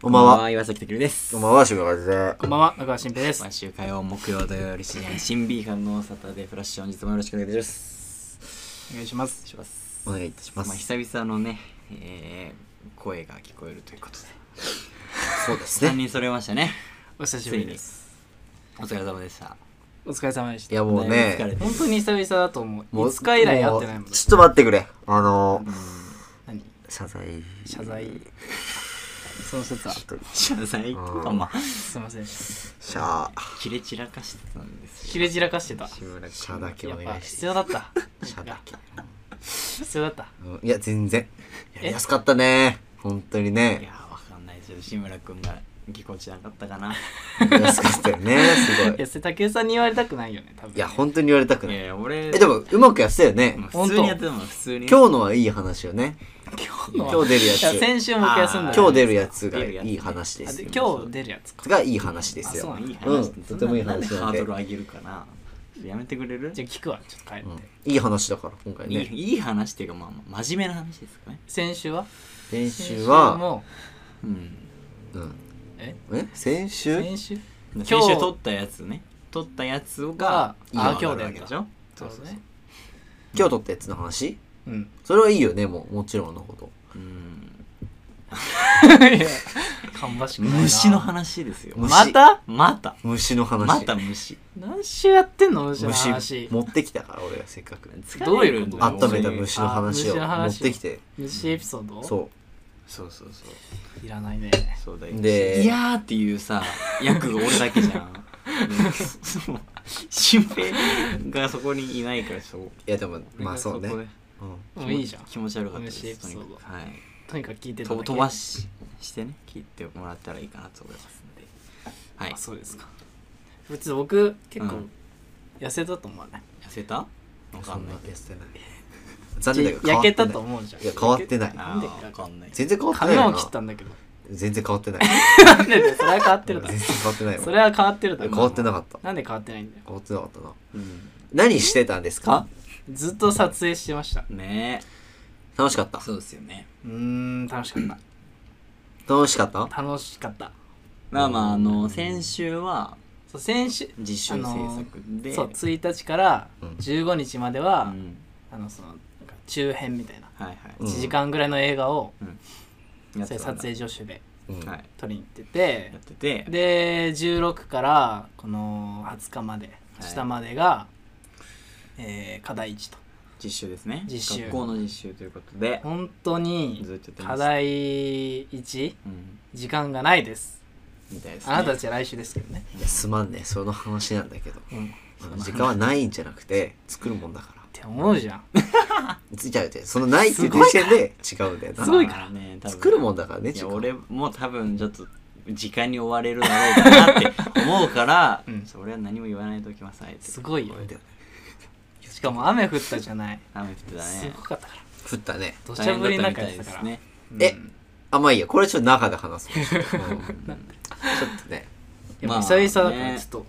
こんばんは。岩崎拓ですこんばんは、シュガーでこんばんは、中川新平です。毎週火曜、木曜、土曜、深夜に新 B 館のサタデーフラッシュ、本日もよろしくお願いします。お願いします。します。お願いいたしままあ、す。久々のね、えー、声が聞こえるということで。そうです3ね。人揃えましたね。お久しぶりです。お疲れ様でした。お疲れ様でしいた。や、もうだいぶ疲れね、て本当に久々だと思もう。ういつか以来会ってないもんうね。ちょっと待ってくれ。あのう、ん何謝罪。謝罪。その説は、す謝罪かまあ、いませんでした。しゃ切れ散らかしてたんですよ。切れ散らかしてた。しばらくしゃだけやおっ願いしぱます必要だった。謝罪必要だった。うんいや、全然。やりやすかったね。本当にいねや。ー、わかんないですよ。志村くんがぎこちなかったか な。やりやすかったよね。すごいや、い。それ竹内さんに言われたくないよね、多分。いや、本当に言われたくいない。やいや、俺、え、でも、うまくやってたよね。普通にやってたもん、普通に。今日のはいい話よね。今今日出るやつい先週も休んだ。あー今日出るやつが出るやついい話であすでよ。今日出るやつか。がいい話ですあそうよな。んだいい話うんとてもいい話なんでなんでハードル上げるかなやめてくれるじゃあ聞くわ、ちょっと帰ってう。んいい話だから、今回いいね。いい話っていうかまあまあ真面目な話ですかね先週は先週は、もうんうん。ええ先週先週先今日週撮ったやつね撮ったやつがあいいあ今の日がだあよるわけでしょそうですね。今日撮ったやつの話うん。それはいいよねもうもちろんのことうんいやかんばしくないな。虫の話ですよ虫またまた虫の話また虫何週やってんの虫の虫話持ってきたから俺がせっかくどういうこと温めた虫の話をあ虫の持っ話てきて虫エピソードそそうそうそういら ないねそうだよでいやーっていうさ役が俺だけじゃんでそう 心平がそこにいないからそうういやでもまあそうねこでうもういいじゃん気持ち悪かったです嬉しいエピソーとにドかくはいとにかく聞いてただとけ飛ばししてね切ってもらったらいいかなと思いますんではいあ痩そうですか別に僕結構うん痩せたと思わないせたわんかそんんなないやってない残念だけど焼けた変とわっ思うじゃんいや変わってないなんであーわかんない全然変わってない髪よをな切ったんだ けど全然変わってないなんでだよそれは変わって全るだ然ろ変わってないよそれは変わってるだ変ろわってなかったなんで変わってないんだよ変わってなかったなうん何してたんですかずっと撮影してましたね楽しかったえそうですよねうーん楽しかっ楽しかったた楽しかったまあまああの先週はそう先週自主制作で、そう1日からうん15日までうは、んあのそのなんか中編みたいなはいはい、うん1時間ぐらいの映画を、やっそてれたん撮だ影助手でうんはい撮りに行っててやっててで16からこの20日まではい下までが、えー課題1と実習ですね実習学校の実習ということで本当にずっとやってました課題1うん時間がないですみたいですねあなたたちは来週ですけどね、いやすまんねその話なんだけどうん、っあの時間はないんじゃなくて作るもんだからて思うじゃん違う違うそのないっていう時点で違うんだよなすごいからまあね多分作るもんだからねい時や間俺も多分ちょっと時間に追われるだろうかなって思うから、 うんそれは何も言わないときますあえてすごいよだよねしかも雨降ったじゃない雨降ってたすねごかったから降ったね土砂降りの中やっ大変だてたったかみたら、いですねうんえあまあいいやこれちょっと中で話すわちょっとうんちょっとねでもまあ久々だかねらちょっと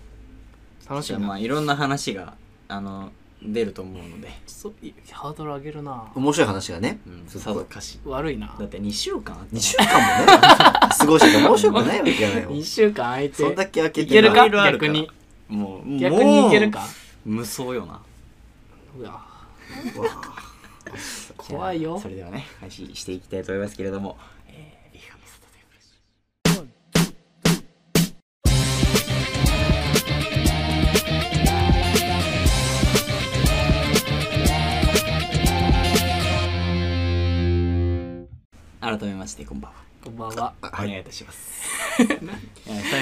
楽しじゃみあな、まあいろんな話があの出ると思うので、そういハードル上げるな面白い話がねうん、すさごいぞかし悪いなだって2週間あった2週間もね過ごしてて面白くないわけじゃないよ2週間空いてそんだけ開けいてけるかいろいろあるか逆らにもう逆にいけるかもう無双よなう わうわぁ怖いじゃよあそれではね開始していきたいと思いますけれどもえー、リハミスタでよろしい改めましてこんばんはこんばんはあはお願いいいたします。いや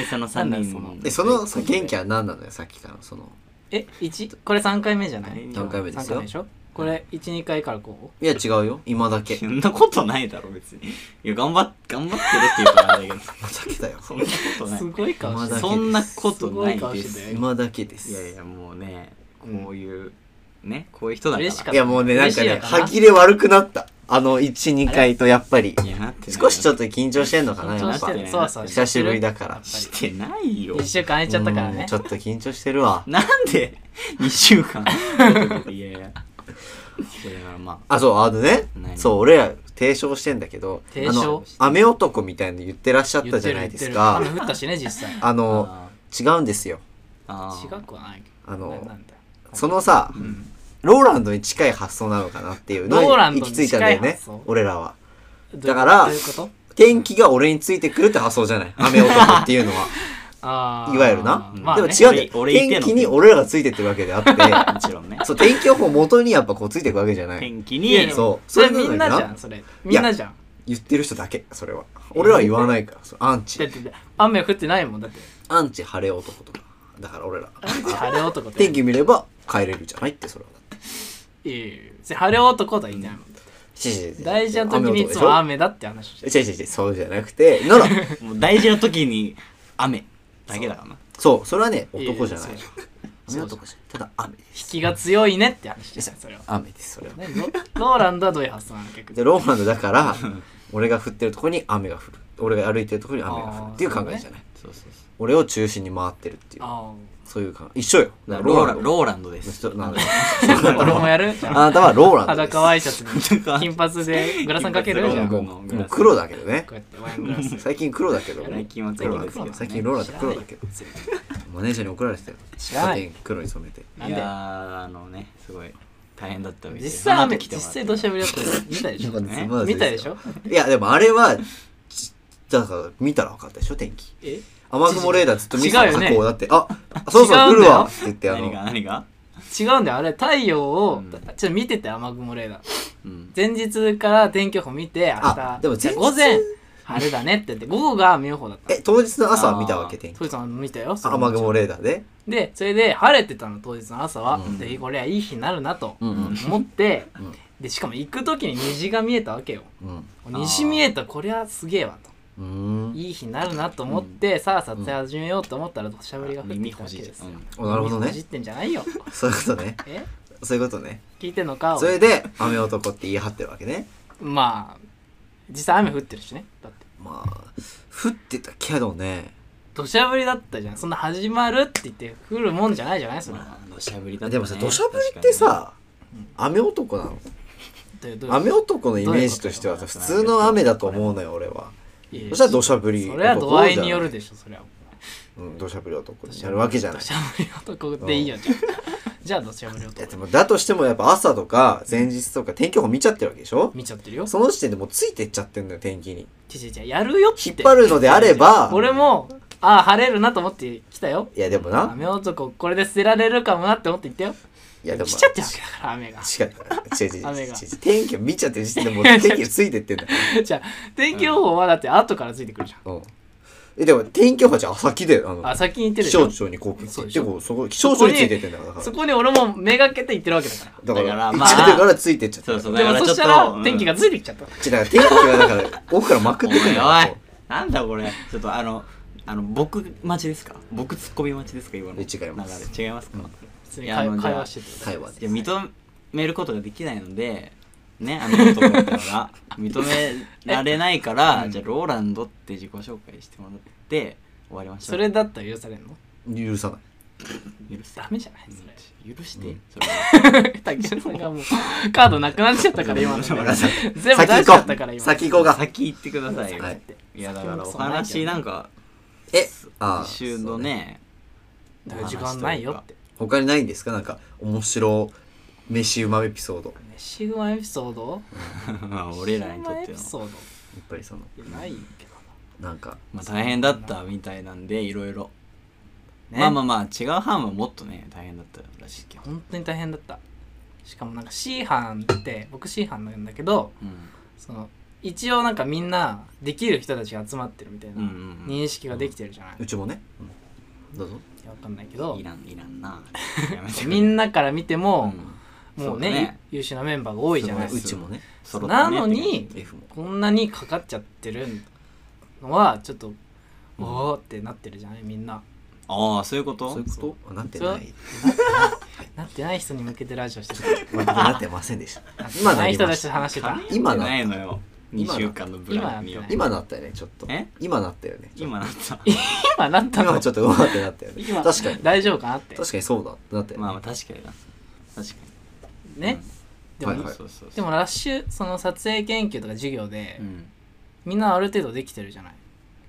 久々のなん3だよ人そのえそのさ元気は何なのよさっきからそのえ一これ3回目じゃない何何回目です3回よ目でしょこれ12回からこいや違うよ今だけそんなことないだろ、別に。いや、頑張っ、頑張ってるっていうからあれだけど、今だけだよそんなことうなすい。ごい顔ましてだるそんなことないです。すごい顔してたよ今だけでいやいすや、もうね、こういう、ね、こういう人だから。嬉しかいやもうねなん嬉かしいねのかな歯切れ悪くなったあの12回とやっぱりいや、なってない。少しちょっっと緊張してんのかな緊や張っしぱてるそわそわ久しぶりだからと。してないよ1。週間空いちゃったからうんねちょっと緊張してるわなんで、2週間。いやいや。いやだからまあそうあのね何そう俺ら提唱してんだけど提あ唱の雨男みたいなの言ってらっしゃったじゃないですか言ってる言ってる雨降ったしね実際あのあ違うんですよー違くはないけどあのななんだそのさ、んローランドに近い発想なのかなっていうのにローラン行ドきに着いたんだよ近いね発想俺らはどういうことだからどういうこと天気が俺についてくるって発想じゃない雨男っていうのはあーいわゆるなまあでねも違うんだよ俺俺いてん天の気に俺らがついてってるわけであっ もちろんねてそう天気予報を元にやっぱこうついていくわけじゃない天気いやいにやそうそれそういみうんのなだよなじゃんそれみんなじゃん言ってる人だけそれは俺らは言わないからそうアンだっチて雨降ってないもんだってアンチ晴れ男とかだから俺ら晴れ男って天気見れば帰れるじゃないってそれはだっていやいやいや晴れ男とは言いないもん大事な時にいつも雨雨だって話をして男るでしょ違う違う違うそうじゃなくてな らもう大事な時に雨だけだからなそうそれはね男じゃないいやいや雨男じゃないただ雨です引きが強いねって話してた それは雨ですそれはねロローランドはどういう発想なの逆にでローマのだから俺が降ってるとこに雨が降る俺が歩いてるとこに雨が降るっていう考えじゃない、そうそうそ俺を中心に回ってるっていうあそういう考え一緒ようだからロローラーランンローランドでドのす人なんだよ あ俺もやるあなたはローランドです裸ワイシャツに裸金髪でグラサンかける じゃ金んこ髪もうもう黒だけどねうやってワイングラス最近黒だけど最近は黒だけ黒などの最近ローランド黒だけどマネージャーに怒られてたよ知らない家庭黒に染めてないんやでーあのねすごい大変だったみたい実際雨来て実もらって際土砂降りだったよ見たでしょなんかねまだ見たでしょいやでもあれはちだから見たら分かったでしょ天気え雨雲レーダーずっと見てた違うよね過去だってあそろそろ降るわって言ってあ何がの何が違うんだよあれ太陽を、うんちょっと見てて雨雲レーダーうん前日から天気予報見て明あ日でも前日午前晴れだねって言って午後が雨予報だったえ当日の朝は見たわけあー天気そいさん見たよそれも雨雲レーダーででそれで晴れてたの当日の朝は、うんでこれはいい日になるなとうんうん思って、うんでしかも行く時に虹が見えたわけようんー虹見えたこれはすげえわとうーんいい日になるなと思って、さあ撮影始めようと思ったら土砂降りが降って耳き欲たわしけいじですゃよ、んおなるほど耳ねほじってんじゃないよそういうことねえそういうことね聞いてんのかそれで雨男って言い張ってるわけねまあ実際雨降ってるしねだってまあ降ってたけどね土砂降りだったじゃんそんな始まるって言って降るもんじゃないじゃないそれはまあ土砂降りだったねでもさ土砂降りってさ雨男なのどういうどういう雨男のイメージとしてはさ普通の雨だと思うのよ俺はいやいやそしたら土砂降りそれは度合いによるでしょそれはうん土砂降り男になるわけじゃない土砂降り男でいいよじゃあじゃあ土砂降りいやで男もだとしてもやっぱ朝とか前日とか天気予報見ちゃってるわけでしょ見ちゃってるよその時点でもうついてっちゃってんだよ天気にちちちやるよって引っ張るのであれば俺もああ晴れるなと思って来たよいやでもな雨男これで捨てられるかもなって思って行ったよいやでも来ちゃってるわけだから雨が違う違う違う違う雨が違う天気を見ちゃってる時点でもう天気がついてってんだよ、じゃあ天気予報はだって後からついてくるじうん、えでも天気予報じゃ先であゃのんあ先に行ってる気でしょ象庁にこうそうでしでょもそこ気象庁についてってんだからだそかこに俺もめがけて行ってるわけだからだらだかかららま行あっちゃってるからついてっちゃってそうるそうだでかもらそちょしったとら天気がついてきちゃっただから天気はだから奥からまくおっいてくるんだよおいなんだこれちょっとあのあの僕待ちですか僕ツッコミ待ちですか今のえ違います流れ違いますか、普通にいやまあじゃ会あ会話してて会話いや認めることができないのでねあの男だった ら認められないから、じゃあローランドって自己紹介してもらって終わりましょうそれだったら許されんの許さない許してダメじゃないそれ許して、うんそれは竹内さんがもうカードなくなっちゃったか ら今のでごめんなさい全部出しちゃったから今先行こうが先行ってくださいよ、はいい、やだからお話なんかえあ一周のねだから時間ないよって他にないんですかなんか面白飯うまエピソードやシグマエピソード まあ俺らにとっシグマエてピの、ソーっぱりそのドいやないけなんかまあ、大変だったみたいなんでいろいろねまあまあまあ違う班はもっとね大変だったらしいけどど、本当に大変だったしかもなんか C 班って僕 C 班なんだけどうんその一応なんかみんなできる人たちが集まってるみたいなうんうんうん認識ができてるじゃない、うちもね、うんどうぞいやわかんないけどいらんいらん なやめてくれみんなから見てうも、んもうそうだねね優秀なメンバーが多いじゃないそうでうすちもね揃ったなねのにっていう F もかこんなにかかっちゃってるのはちょっと、おおーってなってるじゃないみんなああそういうことそういうことあなってそうないなってない人に向けてラジオ してたまあなってませんで した今今なないり人またしちとた話してた髪今ないのよ2週間のブランクによて今なったよねちょっとえ今なったよね今なった今なった今のちょっとうわってなったよね今確かに大丈夫かなって確かにそうだなったよねまあまあ確かにな確かね、でも、はいはいそうそうそうでもラッシュその撮影研究とか授業で、うんみんなある程度できてるじゃない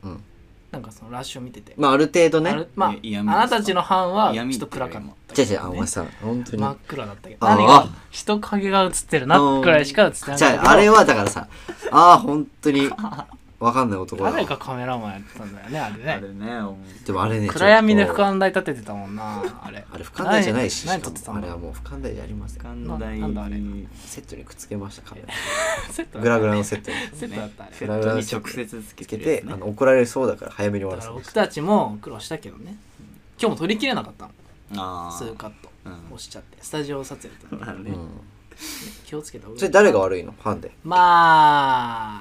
うんなんかそのラッシュを見てて、まあある程度あねるまあいやあ闇ですかなたたちの班はちょ闇っと暗かっじたゃじゃあお前さ本当に真っ暗だったけどあー何が人影が映ってるなくらいしか映ってなかったじけゃどああれはだからさああ本当にわかんない男だ誰がわカメラマンやってたんだよねあれあねれねお前でもあれね暗闇でちょ俯っと瞰台立ててたもんなあれあれ俯瞰台じゃないし何し何か撮っもてあたれのはもう俯瞰台じゃありません関大ななんだあれにセットにくっつけました カメラセットだったグラグラのセットにセットだったあれグラグラの直セットに接つつけけててるあやつねの怒られそうだから早めに終わだからせらまし僕たたちも苦労したけどね今日も撮りきれなかったもんあー数カットうん押しちゃってスタジオ撮影だったんでまうあねん気をつけた方がいいそれ誰が悪いのファンでま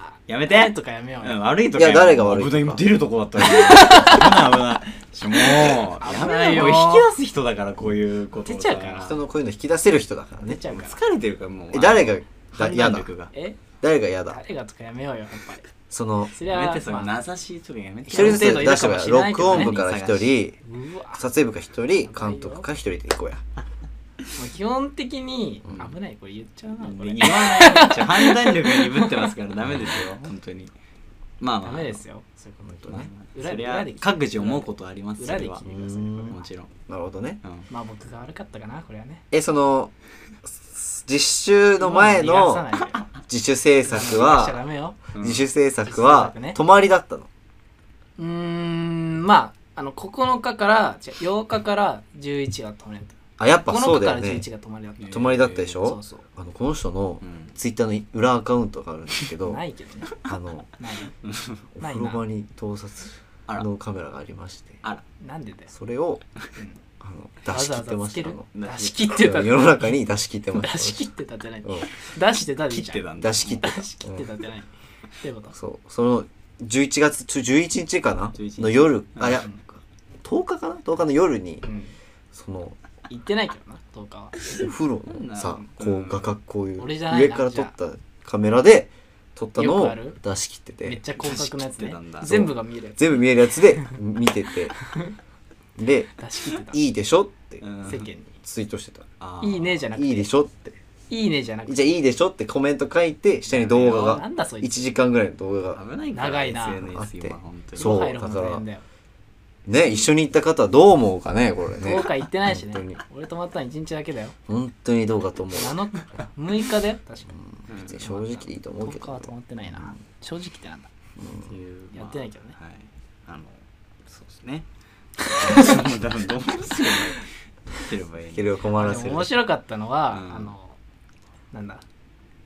あやめて誰とかやめよううんよ悪いとかよいや誰が悪いとか危ない今出るとこだったよ危ない危ないもう危やなめいよよ引き出す人だからこういうこと出ちゃうから人のこういうの引き出せる人だから出ねちゃうから疲れてるからもうえ誰がだ判嫌断だ力がえ誰が嫌だ誰がとかやめようよやっぱりそのそれやはめてそのまあ名指しとかやめて一人ずつ出ある程度いるしてかももらしうれロッないけクどオねン部から一人うわ撮影部から一人監督から一人で行こうやもう基本的にうん危ないこれ言っちゃうなこ言れわないちょ判断力が鈍ってますからダメです よ本当にまあまダあメですよそういうことまあねまあそ裏でり裏ゃで聞いて各自思うことありますそ裏れでは聞いてくださいこれはもちろんなるほどねうんまあ僕が悪かったかなこれはねえその実習の前逃がのさないでよ自主制作逃がしちゃダはメようん自主制作は自主制作ね泊まりだったのうーんまああの9日から違う8日から11が泊まりだっあやったぱそう9日だかよらね11が泊まりだった、泊まりだったでしそょうそうあのこの人のうんツイッターの裏アカウントがあるんですけどないけどねあのないおない風な呂場に盗撮あらのカメラがありましてあらなんでだよそれをあの出し切ってましたあの出し切ってた 世の中に出し切ってました出し切ってたじゃないうん出してたでいい切じっゃてたんんだ出し切ってた出し切ってたじゃないっていうことそうその11月ちょ11日かな11日の夜あいやうん10日かな10日の夜にうんその行ってないけどな10日はお風呂のさうこんう画角こういう俺じゃない上なから撮ったカメラで撮ったのよくをある出し切ってめってちゃ広角なやつ出し切ってねたんだ全部が見えるやつ全部見えるやつで見て てで出し切って「たいいでしょ?」ってうん世間にツイートしてたあ「ーいいね」じゃ「なくていいでしょ?」っていいね」じゃな「くじてゃあいいでしょ?」ってコメント書いて下に動画ながんだそい1つ時間ぐらいの動画が危ないから長いな SNS 今本当にそう入るのも大変だよね一緒に行った方はどう思うかねこれね10日行ってないし本当ねに俺泊まったの1日だけだよ本当にどうかと思う7日6日だよ確かうん別に正直でいいと思うけ10日どは泊まってないな正直ってなんだっていうやってないけどねまあはいあのそうです ねそうだからどうすればいいどうすればいいけど困らでせもる面白かったのはうんあのなんだ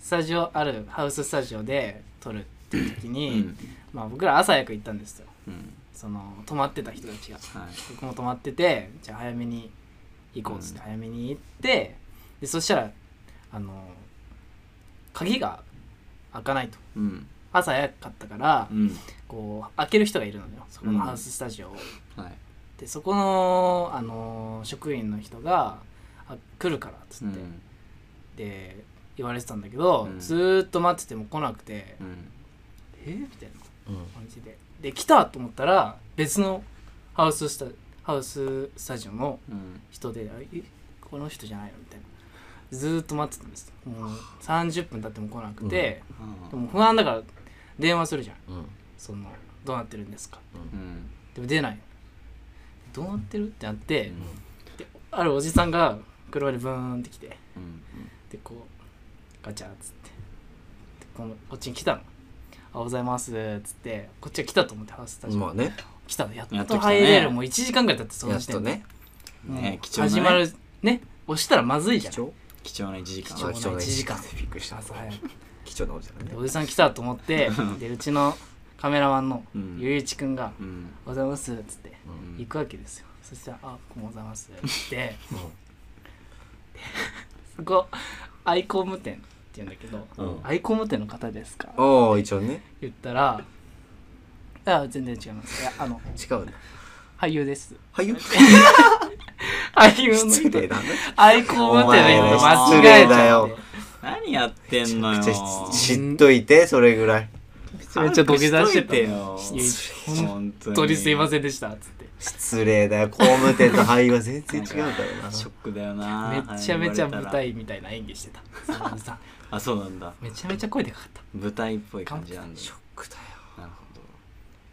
スタジオあるハウススタジオで撮るっていう時うにん、まあ僕ら朝早く行ったんですようんその泊まってた人たちがはい僕も泊まっててじゃあ早めに行こうっつってうん早めに行って、でそしたらあの鍵が開かないとうん朝早かったから、うんこう開ける人がいるのよそこのハウススタジオを、はいでそこのあの職員の人があ来るからっつうっんて、で言われてたんだけど、うんずーっと待ってても来なくて、うんえみたいなうん感じでで来たと思ったら別のハウススタハウススタジオのうん人で「えこの人じゃないの?」みたいなずーっと待ってたんですもう30分経っても来なくて、あでも不安だから電話するじゃんうんそのどうなってるんですかーうんでも出ないどうなってるってなって、うんであるおじさんが車でブーンって来てうんでこうガチャっつってでこのこっちに来たの「あおはようございます」っつってこっちが来たと思ってハウススタジオ、まあね来たのややっっとと来たね入れる、もう1時間ぐらい経ってそやのっ時点とでねもうね貴重なね始まるね押したらまずいじゃん貴重な1時間貴重な貴重な1時間びっくりした朝早く貴重なおじさんねでおじさん来たと思ってでうちのカメラマンのうんゆういちくんがうん「おはようございます」っつってうん行くわけですよそしたら「あ僕もおはようございます」って言 ってそこアイコム店って言うんだけどうん「アイコム店の方ですか?」ああ一応ね言ったら「あ全然違いますいやあの違うんだ俳優です俳優」俳優 の失人礼でだねアイコム店の人 間違えちゃってお前何やってんのよ めちゃくちゃし知っといてそれぐらいめめっちゃ土下座しててよいや本当たに本当にすいませんでしたっつって失礼だよ工務店と俳優は全然違うからなショックだよなめちゃめちあゃれ言われ舞たら台みたいな演技してた坂本さんあそうなんだめちゃめちゃ声でかかった舞台っぽい感じなんだショックだよなるほ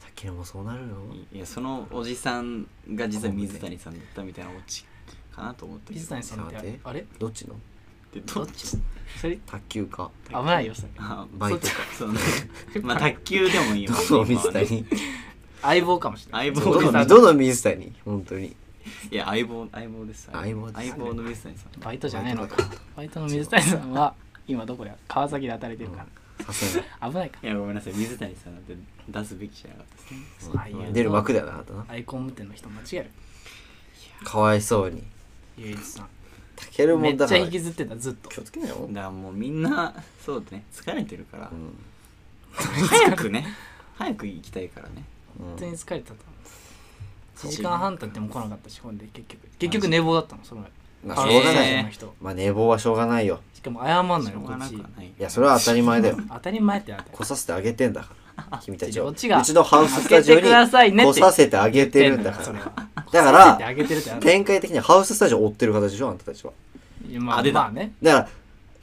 さっきのもそうなるよどいやそのおじさんが実は水谷さんだったみたいなオチかなと思ったけど水谷さんっちょっと待っててあれどっちのでどどっっちちそれ卓球か危ないよそれあバイトかそう ねまあ卓球でもいいよどの水今はね谷相棒かもしれない相棒どだのどの水谷本当にいや相棒相棒です相棒ですね相棒の水谷さんバイトじゃないのかバイトの水谷さんは今どこや川崎で働いてるかさすがら危ないかいやごめんなさい水谷さんなんて出すべきじゃなかったですね俳優の出る幕だよなあとなアイコン無点の人間違えるかわいそうに唯一さんたけるもめっちだかゃら引き気ずってたずっとをつけなよ、だからもうみんなそうだね疲れてるから、うん早くね早く行きたいからねうん本当に疲れてたとそう1時間半経っても来なかったしほんで結局結局寝坊だったのそのまあ感しょうが染ない、え者ーの人まあ寝坊はしょうがないよしかも謝んしないょのうこがなっくちはないいやそれは当たり前 だよ当たり前ってなって来させてあげてんだから君たちをこっちがうちのハウススタジオに開けてくださいねって来させてあげてるんだかそれはらだからあげてるってなって展開的にはハウススタジオを追ってる形でしょあんたたちはいやまああ出たまあねだから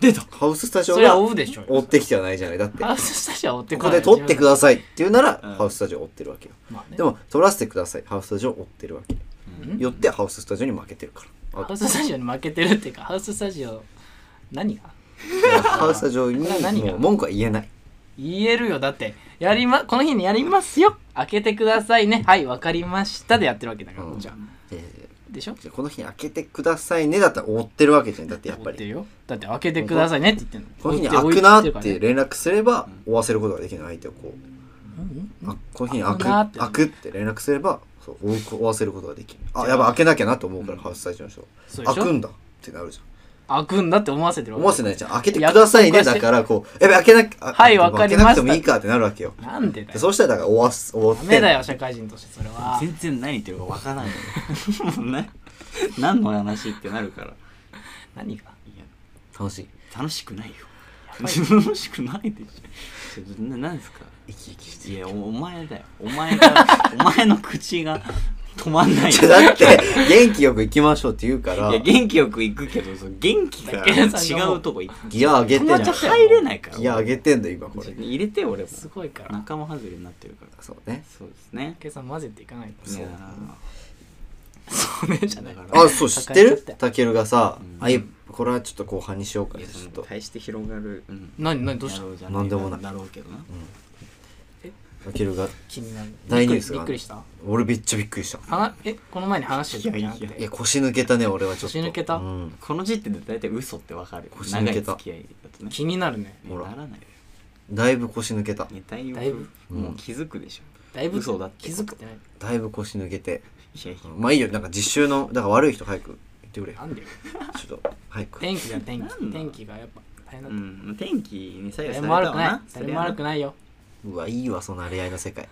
出たハウススタジオそれはが追うでしょうよ追ってきてはないじゃないだってハウススタジオは追ってここで撮ってくだいさいって言うなら、うんハウススタジオを追ってるわけよ自分まあねでも撮らせてくださいハウススタジオを追ってるわけうんよってハウススタジオに負けてるからあハウススタジオに負けてるっていうかハウススタジオ何がハウススタジオにこれは何がもう文句は言えない言えるよだってやり、ま、この日にやりますよ開けてくださいねはいわかりましたでやってるわけだから、うんこっちはえーでしょじゃあこの日に開けてくださいねだったら追ってるわけじゃんだってやっぱ追ってるりよだって開けてくださいねって言ってんのこの日に追開ってくなっ追っててるか連絡すれば追わせることができない相手をこうらねうんあこの日に開開くくなって開くって連絡すればそう追う追わせることができるあやばい開けなきゃなと思うからハウススタジオの人そうで開しょくんだってなるじゃん開くんだって思わせてるわけ思わせないじゃん開けてくださいね約束はだしてからこうやべ開けなきゃはいわかり開けましたなくてもいいかってなるわけよなんでだでよそうしたらだから追わす追っダてメだよ社会人としてそれは全然何言ってるかわからないもうね何の話ってなるからい何がや楽しい楽しくないよば楽しくないでしょちょな何ですか生き生きしていやおお前だよお前がお前の口が止まんないよだって元気よく行きましょうって言うからいや元気よく行くけどその元気が違うとこ行くギア上げてん友じ達ゃ入れないからんギア上げてんだよ今こちょれっと入れて俺もすごいから仲間外れになってるからそうねそうですね計算混ぜていかないと いやーそうねじゃないだからあそう知ってるたけるがさうんあいこれはちょっと後半にしようかいねやちそょっのと大して広がるうん何何どうしたやろじゃなんでもないだろうけどなたけるが気になる大ニュースびっがあるくりした俺めっちゃびっくりしたはなえこの前に話してた時なんていやいいや腰抜けたね俺はちょっと腰抜けたうんこの時点で大体嘘ってわかる腰抜長けい付たき合いだとね気になるねほらならないよだいぶ腰抜けたいやだいぶだいぶもう気づくでしょだいぶ嘘だって気づくってないだいぶ腰抜けていやいやまあいいよなんか実習のだから悪い人早く言ってくれよなんでよちょっと早く天気だよ天なん気だ天気がやっぱ大変だうった、ん天気に左右され誰たも悪わくないな誰も悪くないないようわいいわそのあれ合いの世界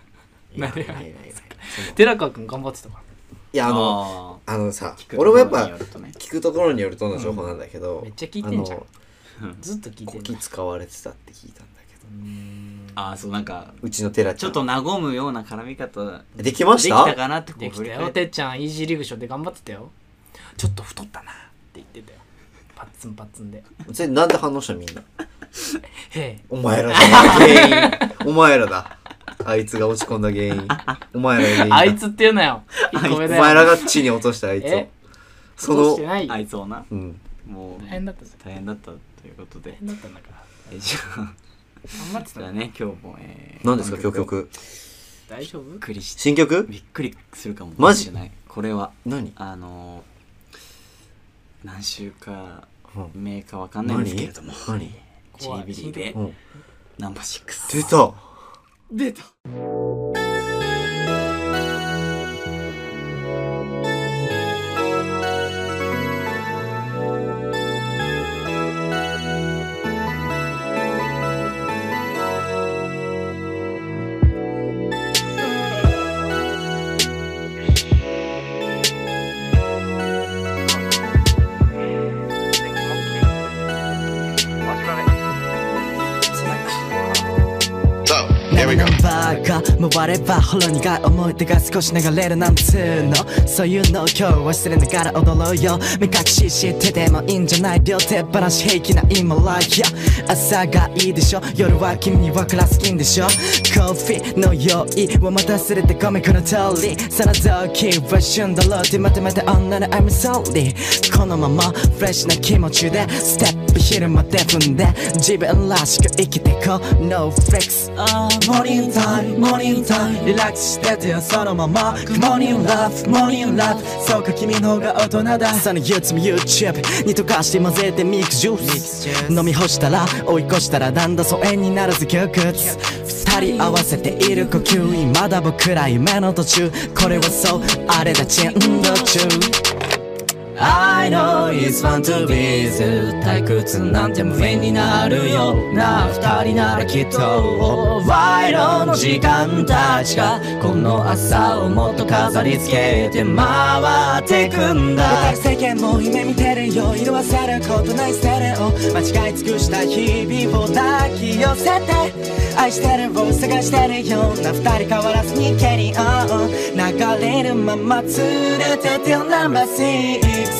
いやなれいや合いいやいや寺川君頑張ってたからいやあののあのさ聞く俺もやっところぱによるとね聞くところによるとの情報なんだけどめっちゃ聞いてんじゃんあのずっと聞いてこるき使われてたって聞いたんだけどああそうなんかうちのテラちちゃょんっと和むような絡み方できましたできたかなってこうで振きたり返よっててっちゃんイージーリーグショーで頑張ってたよちょっと太ったなって言ってたよパッツンパッツンでそれなんで反応したのみんなへお前らだ原因お前らだあいつが落ち込んだ原因お前らがえ原因だあいつって言うなよ1個お目だよ前らが地に落としたあいつをえそ落としてのないよあいつをなうんもう大変だったぜ大変だったということで変だったんだからえじゃあ頑張ってたじゃあねね今日もえー何ですか今日びっ曲大丈夫くりし新曲びっくりするかもマジしれないこれは何あのー何週かうんメーカーわかんないんですけれども何何チェイビリーでうんナンバーシックス出た出たそう、Here we 回ればほろ苦い思い出が少し流れるなんつうのそういうのを今日忘れながら踊ろうよ目隠ししててもいいんじゃない両手放し平気な今 like 朝がいいでしょ夜は君には暗すぎんでしょコーヒーの用意をまた忘れてごめんこの通りその時は旬だろうってまとめて女の I'm sorry このままフレッシュな気持ちでステップ昼まで踏んで自分らしく生きてこう No flex あーモーニングタイムモーニングタイムリラックスしててよそのまま Good morning love モーニング love そうか君の方が大人だその憂鬱も YouTube に溶かして混ぜてミックスジュース飲み干したら追い越したらだんだん疎遠になるぜ窮屈二人合わせている呼吸まだ僕ら夢の途中これはそうあれだチェンド中 I know it's fun to be with 退屈なんて無縁になるよな二人ならきっと賄賂の時間たちがこの朝をもっと飾り付けて回ってくんだ世間も夢見てるよ色褪せることないステレオ間違い尽くした日々を抱き寄せて愛してるを探してるような二人変わらずにケリーオン流れるまま連れて till number six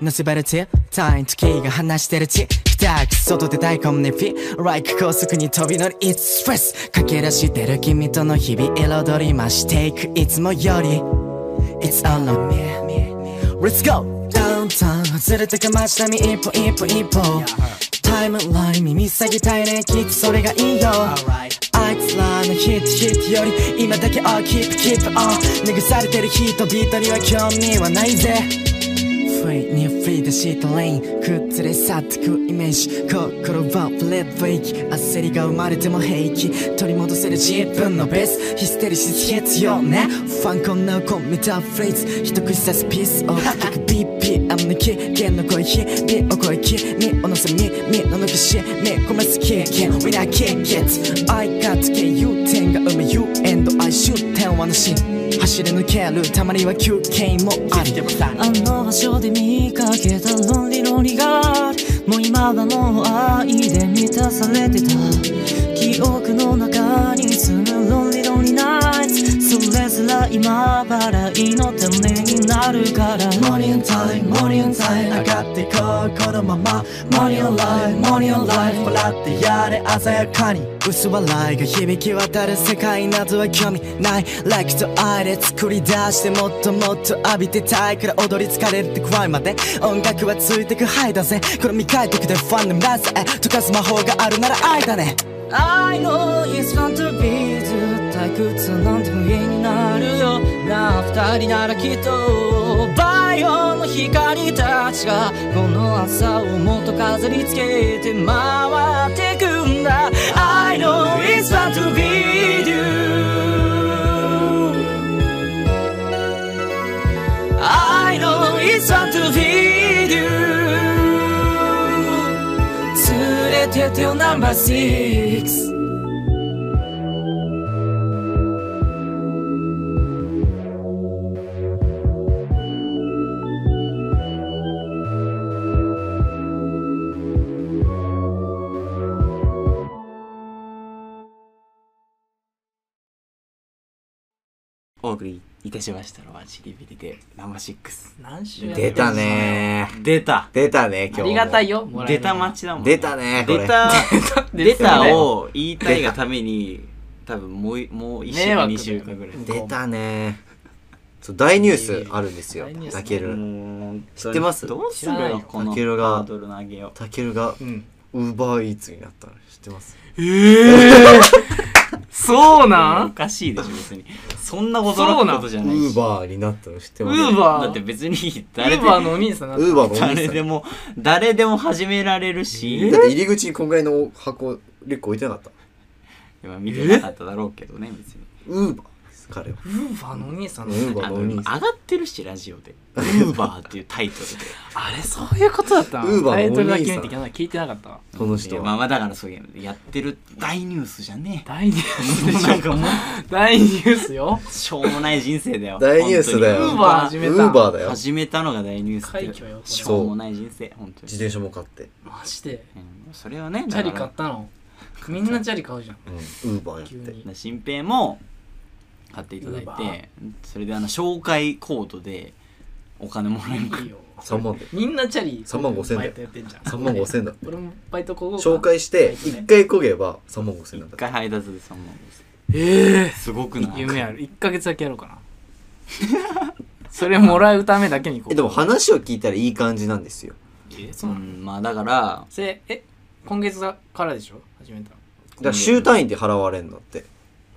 のせばるち単位月が話してるちくたく外で大根ねピ Like 高速に飛び乗り It's stress 駆け出してる君との日々彩り増していくいつもより It's all on me Let's go! ダウンタウン外れてく街並み一歩一歩一歩タイムライン耳塞ぎたいねきっとそれがいいよあいつらのヒットヒットより今だけをキープキープオン拭されてる人々には興味はないぜフリーにフリーでしたレイン崩れ去ってくイメージ心はブレッドフェイキ焦りが生まれても平気取り戻せる自分のベースヒステリシス必要ねファンコンナウコンメタフレーズ一口刺すピースオフ BPM の危険の声日々を超え君を乗せ耳の抜きし目込めすき Can we not kick it? I got to get you 点が生む You and I shoot 点はなし走り抜けるたまには休憩もありあの場所で見かけたロンリロリがもう今だの愛で満たされてた記憶の中に住むロンリロリナイツそれすら今払いの種になるからモーニングタイムモーニングタイム上がっていこうこのままモーニングライフモーニングライフ笑ってやれ鮮やかに薄笑いが響き渡る世界などは興味ない Like と愛で作り出してもっともっと浴びてたいから踊り疲れるってくらいまで音楽はついてくハイだぜこれ未開拓でファンでもラぜ溶かす魔法があるなら愛だね I know it's fun to be ずっと退屈なんて無縁になるよなあ二人ならきっとバイオの光たちがこの朝をもっと飾り付けて回ってくんだ I know it's fun to be you I know it's fun to be you 連れてってよ number six お送りいたしましたのはチリビリで生シックス何週やって出るたね出た出たね今日あもりがたいよもらえ出るのた待ちだもん出たねこれ出た出出たたねを言いたいがために多分もういもう1週間迷惑だよ2週間ぐらい出たねそう大ニュースあるんですよ大ニュースたけるもう知ってますどうす知らなるいよよこのタハケルがードル投げよたけるがうんウーバーイーツになったの知ってますそうなおんかしいでしょ別にそんな驚そうくなんことじウゃないしーバーになったの知ってウますーバーだって別にウ誰ーでバーのお兄さんなウーバーのお誰兄さでんも誰でも始められるしだって入り口にこんぐらいの箱リュック置いてなかった今見てなかっただろうけどね別にウーバーです彼はウーバーのお兄さんウだーバーあののお今兄上さがってるしラジオで「ウーバー」っていうタイ トルであれそういうことだったのウーバーのおタ兄さんイトルだけ見て聞いてなかったわんこの人でまあはまあだからそういうやってる大ニュースじゃね大ニュースでもうしなょんかも大ニュースよえしょうもない人生だ よ大ニュースだよウー本バ当ー始にウめたーバーだよ始めたのが大ニュース快で挙よこれしょうもない人生本当自に、転車も買ってマジでうんそれはねチャリ買っだかたのみんなチャリ買うじゃんうんウーバーやっ急てにら新平も買っていただい Uber てそれであの紹介コードでお金もらえるからいいよ3万でみんなチャリ3万5千だバイよトやってんじゃん3万5千だって俺もバイトこう紹介してバイトね1回焦げば3万5千なんだ一って回配達で3万ですええすごくない夢ある1ヶ月だけやろうか なそれもらうためだけにこうえでも話を聞いたらいい感じなんですよえそううなのんまあだからそれえ今月からでしょ始めただから週単位で払われるんだって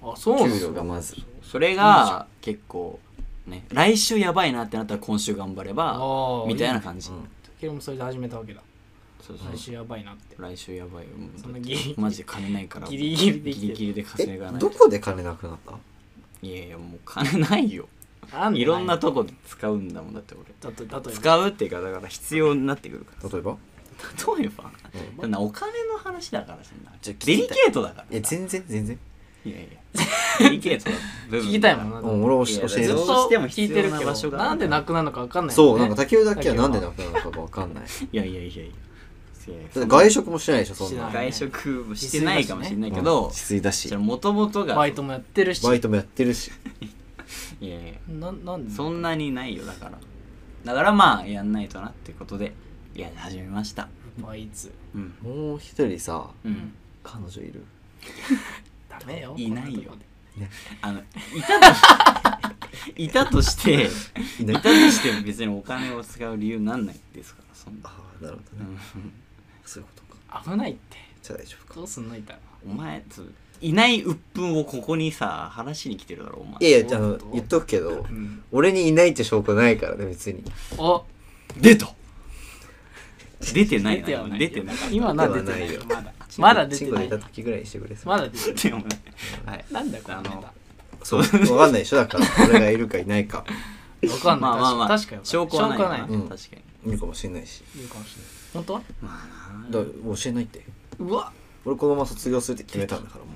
のあそう給料がまずそれが結構ね来週やばいなってなったら今週頑張ればああみたいな感じうんケロもそれで始めたわけだそうそう来週やばいなって来週やばいよもうそんなギリマジで金ないからギリギリできてギるリギリで稼えがないとどこで金なくなったいやいやもう金ないよなんでいろんなとこで使うんだもんだって俺だとだと使うっていうかだから必要になってくるから例えば例えばそんなお金の話だからそんなじゃあ聞きたデいリケートだからえ全然全然い やいやデリケートだ聞きたいもんなうだってん俺はい教や教えいてずやっよと聞いてるどうしても必要けな場所どがあるなんでなくなるのか分かんないそうよなねんか竹内だけはなんでなくなるのかわかんないだいやいやいやいやって外食もしてないでしょそんしてなない外食もしてないかもしれないけうんど自炊だしもともとがバイトもやってるしバイトもやってるしいやいやななんでそんなにないよだからだからまあやんないとなってことでいや始めましたバイツうんもう一人さうん彼女いるダメよいないよこんとこあのいたとし いたとしていいなたいとして別にお金を使う理由なんないですからそんな、ああなるほうどねんそういうことかで危ないってじゃあ大丈夫かどうすんのいたらお前ついない鬱憤をここにさ話しに来てるだろお前いやいやあそういうのこと言っとくけどうん俺にいないって証拠ないからね別にお出た出てない出てはない出てなかった今な出出ててはなないいよよまだまだ出チてンコな出いた時ぐらいにしてくれさまだ出てないでもねはいなんだよこあののネそうわかんないでしょだ から俺がいるかいないかタわかんないまあまあまあ確かに証拠はない証拠はないうん確かにいるかもしれないし言うかもしれない本当はまあなだから教えないってうわ俺このまま卒業するって決めたんだからもう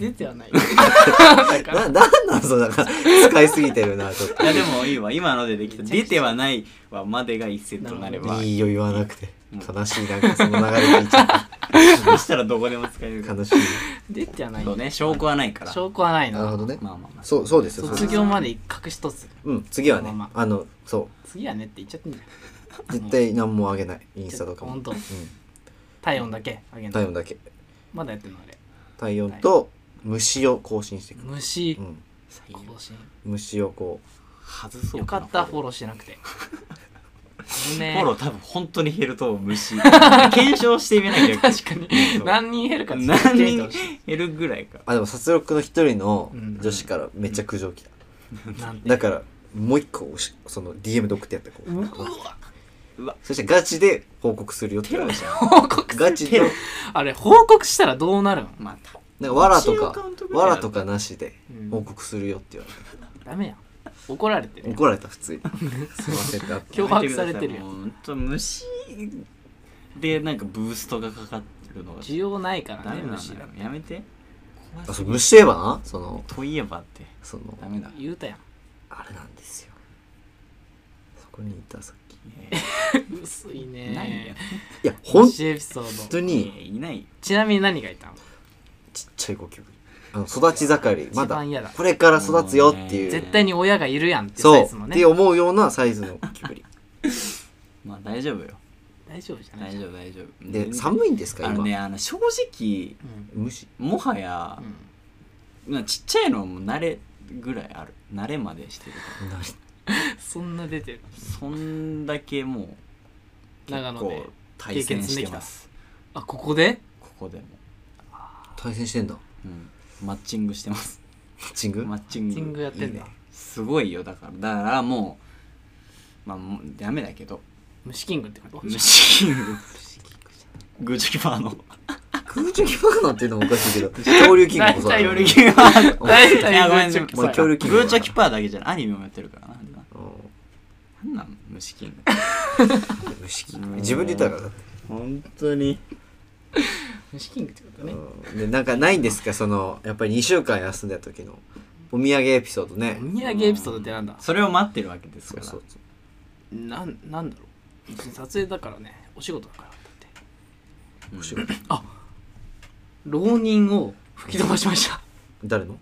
出て はないな、なんなんそのなんか使いすぎてるなちょっいやでもいいわ今のでできた出てはないはまでが一セットになればとそいいよ言わなくてうん悲しいなんかその流れ聞いちゃっしたらどこでも使えるたか悲しい 出てはないそうね証拠はないから証拠はないなるなほどねまあまあまあそうそうですよそう卒です業まで隠しとつうん次はねまあまあのそ次はねって言っちゃってんじゃんう絶対何もあげないインスタとかもう本ん当体温だけあげん体の温だけまだやってんのあれ体温と虫を更新していく虫うん最更後新虫をこ外そうよかなったフフォォロローしてなくて危ーねえフォロー多分本当に減ると思う虫検証してみなきゃ 確かにそう何人減るかちょっと何見て人ほしい減るぐらいかうあでも殺戮の一人のうん女子からめっちゃ苦情来たなんだからもう一個しその DM で送ってやったこううわそしてガチで報告するよってテロじゃん報告ガチであれ報告したらどうなるんまあなんかわらと一応か監督、だよわらとかなしでうん報告するよって言わダメやん怒られてれて、る怒られた、普通に。 すいませんってあった脅迫されてるやん本当虫でなんかブーストがかかってるのが需要ないからダメねなん虫だだよやめてあ、そう、虫といえばな、その、といえば ってその、ダメだ言うたやんあれなんですよ。そこにいた、さっき。薄いないよねいや、ほん虫エピソードといやに、いないよちなみに何がいたのちっちゃいゴキブリ。あの、育ち盛り、まだ一番嫌だ、これから育つよっていう、絶対に親がいるやんってそやう、つもっねて思うようなサイズのゴキブリ。まあ大丈夫よ大丈夫じゃない大丈夫大丈夫で、寒いんですか、あのね今。あの正直うん虫。もはやうんまあちっちゃいのはもう慣れぐらいある慣れまでしてるかなそんな出てるらそんだけもう結長野で構対戦してますあここでここでも対戦してんだ。うんマッチングしてますマッチングマッチングマッチングやってんだいいねすごいよだからだからもうまあもうダメだけど虫キングってこと虫キンググーチョキパーの空中キバーナっていうのもおかしいけど、恐竜キングもそうだね大体俺キパーお大いやごめん体でもまあ恐竜竜グキングーチョキパーだけじゃないアニメもやってるからなうなんなん虫キングん虫キング自分で言ったからだって本当に虫キングってことねうんでなんかないんですかそのやっぱり2週間休んだ時のお土産エピソードねお土産エピソードってなんだそれを待ってるわけですそかうらそうなんなんだろう別に撮影だからねお仕事だからだって面白い浪人を吹き飛ばしました誰の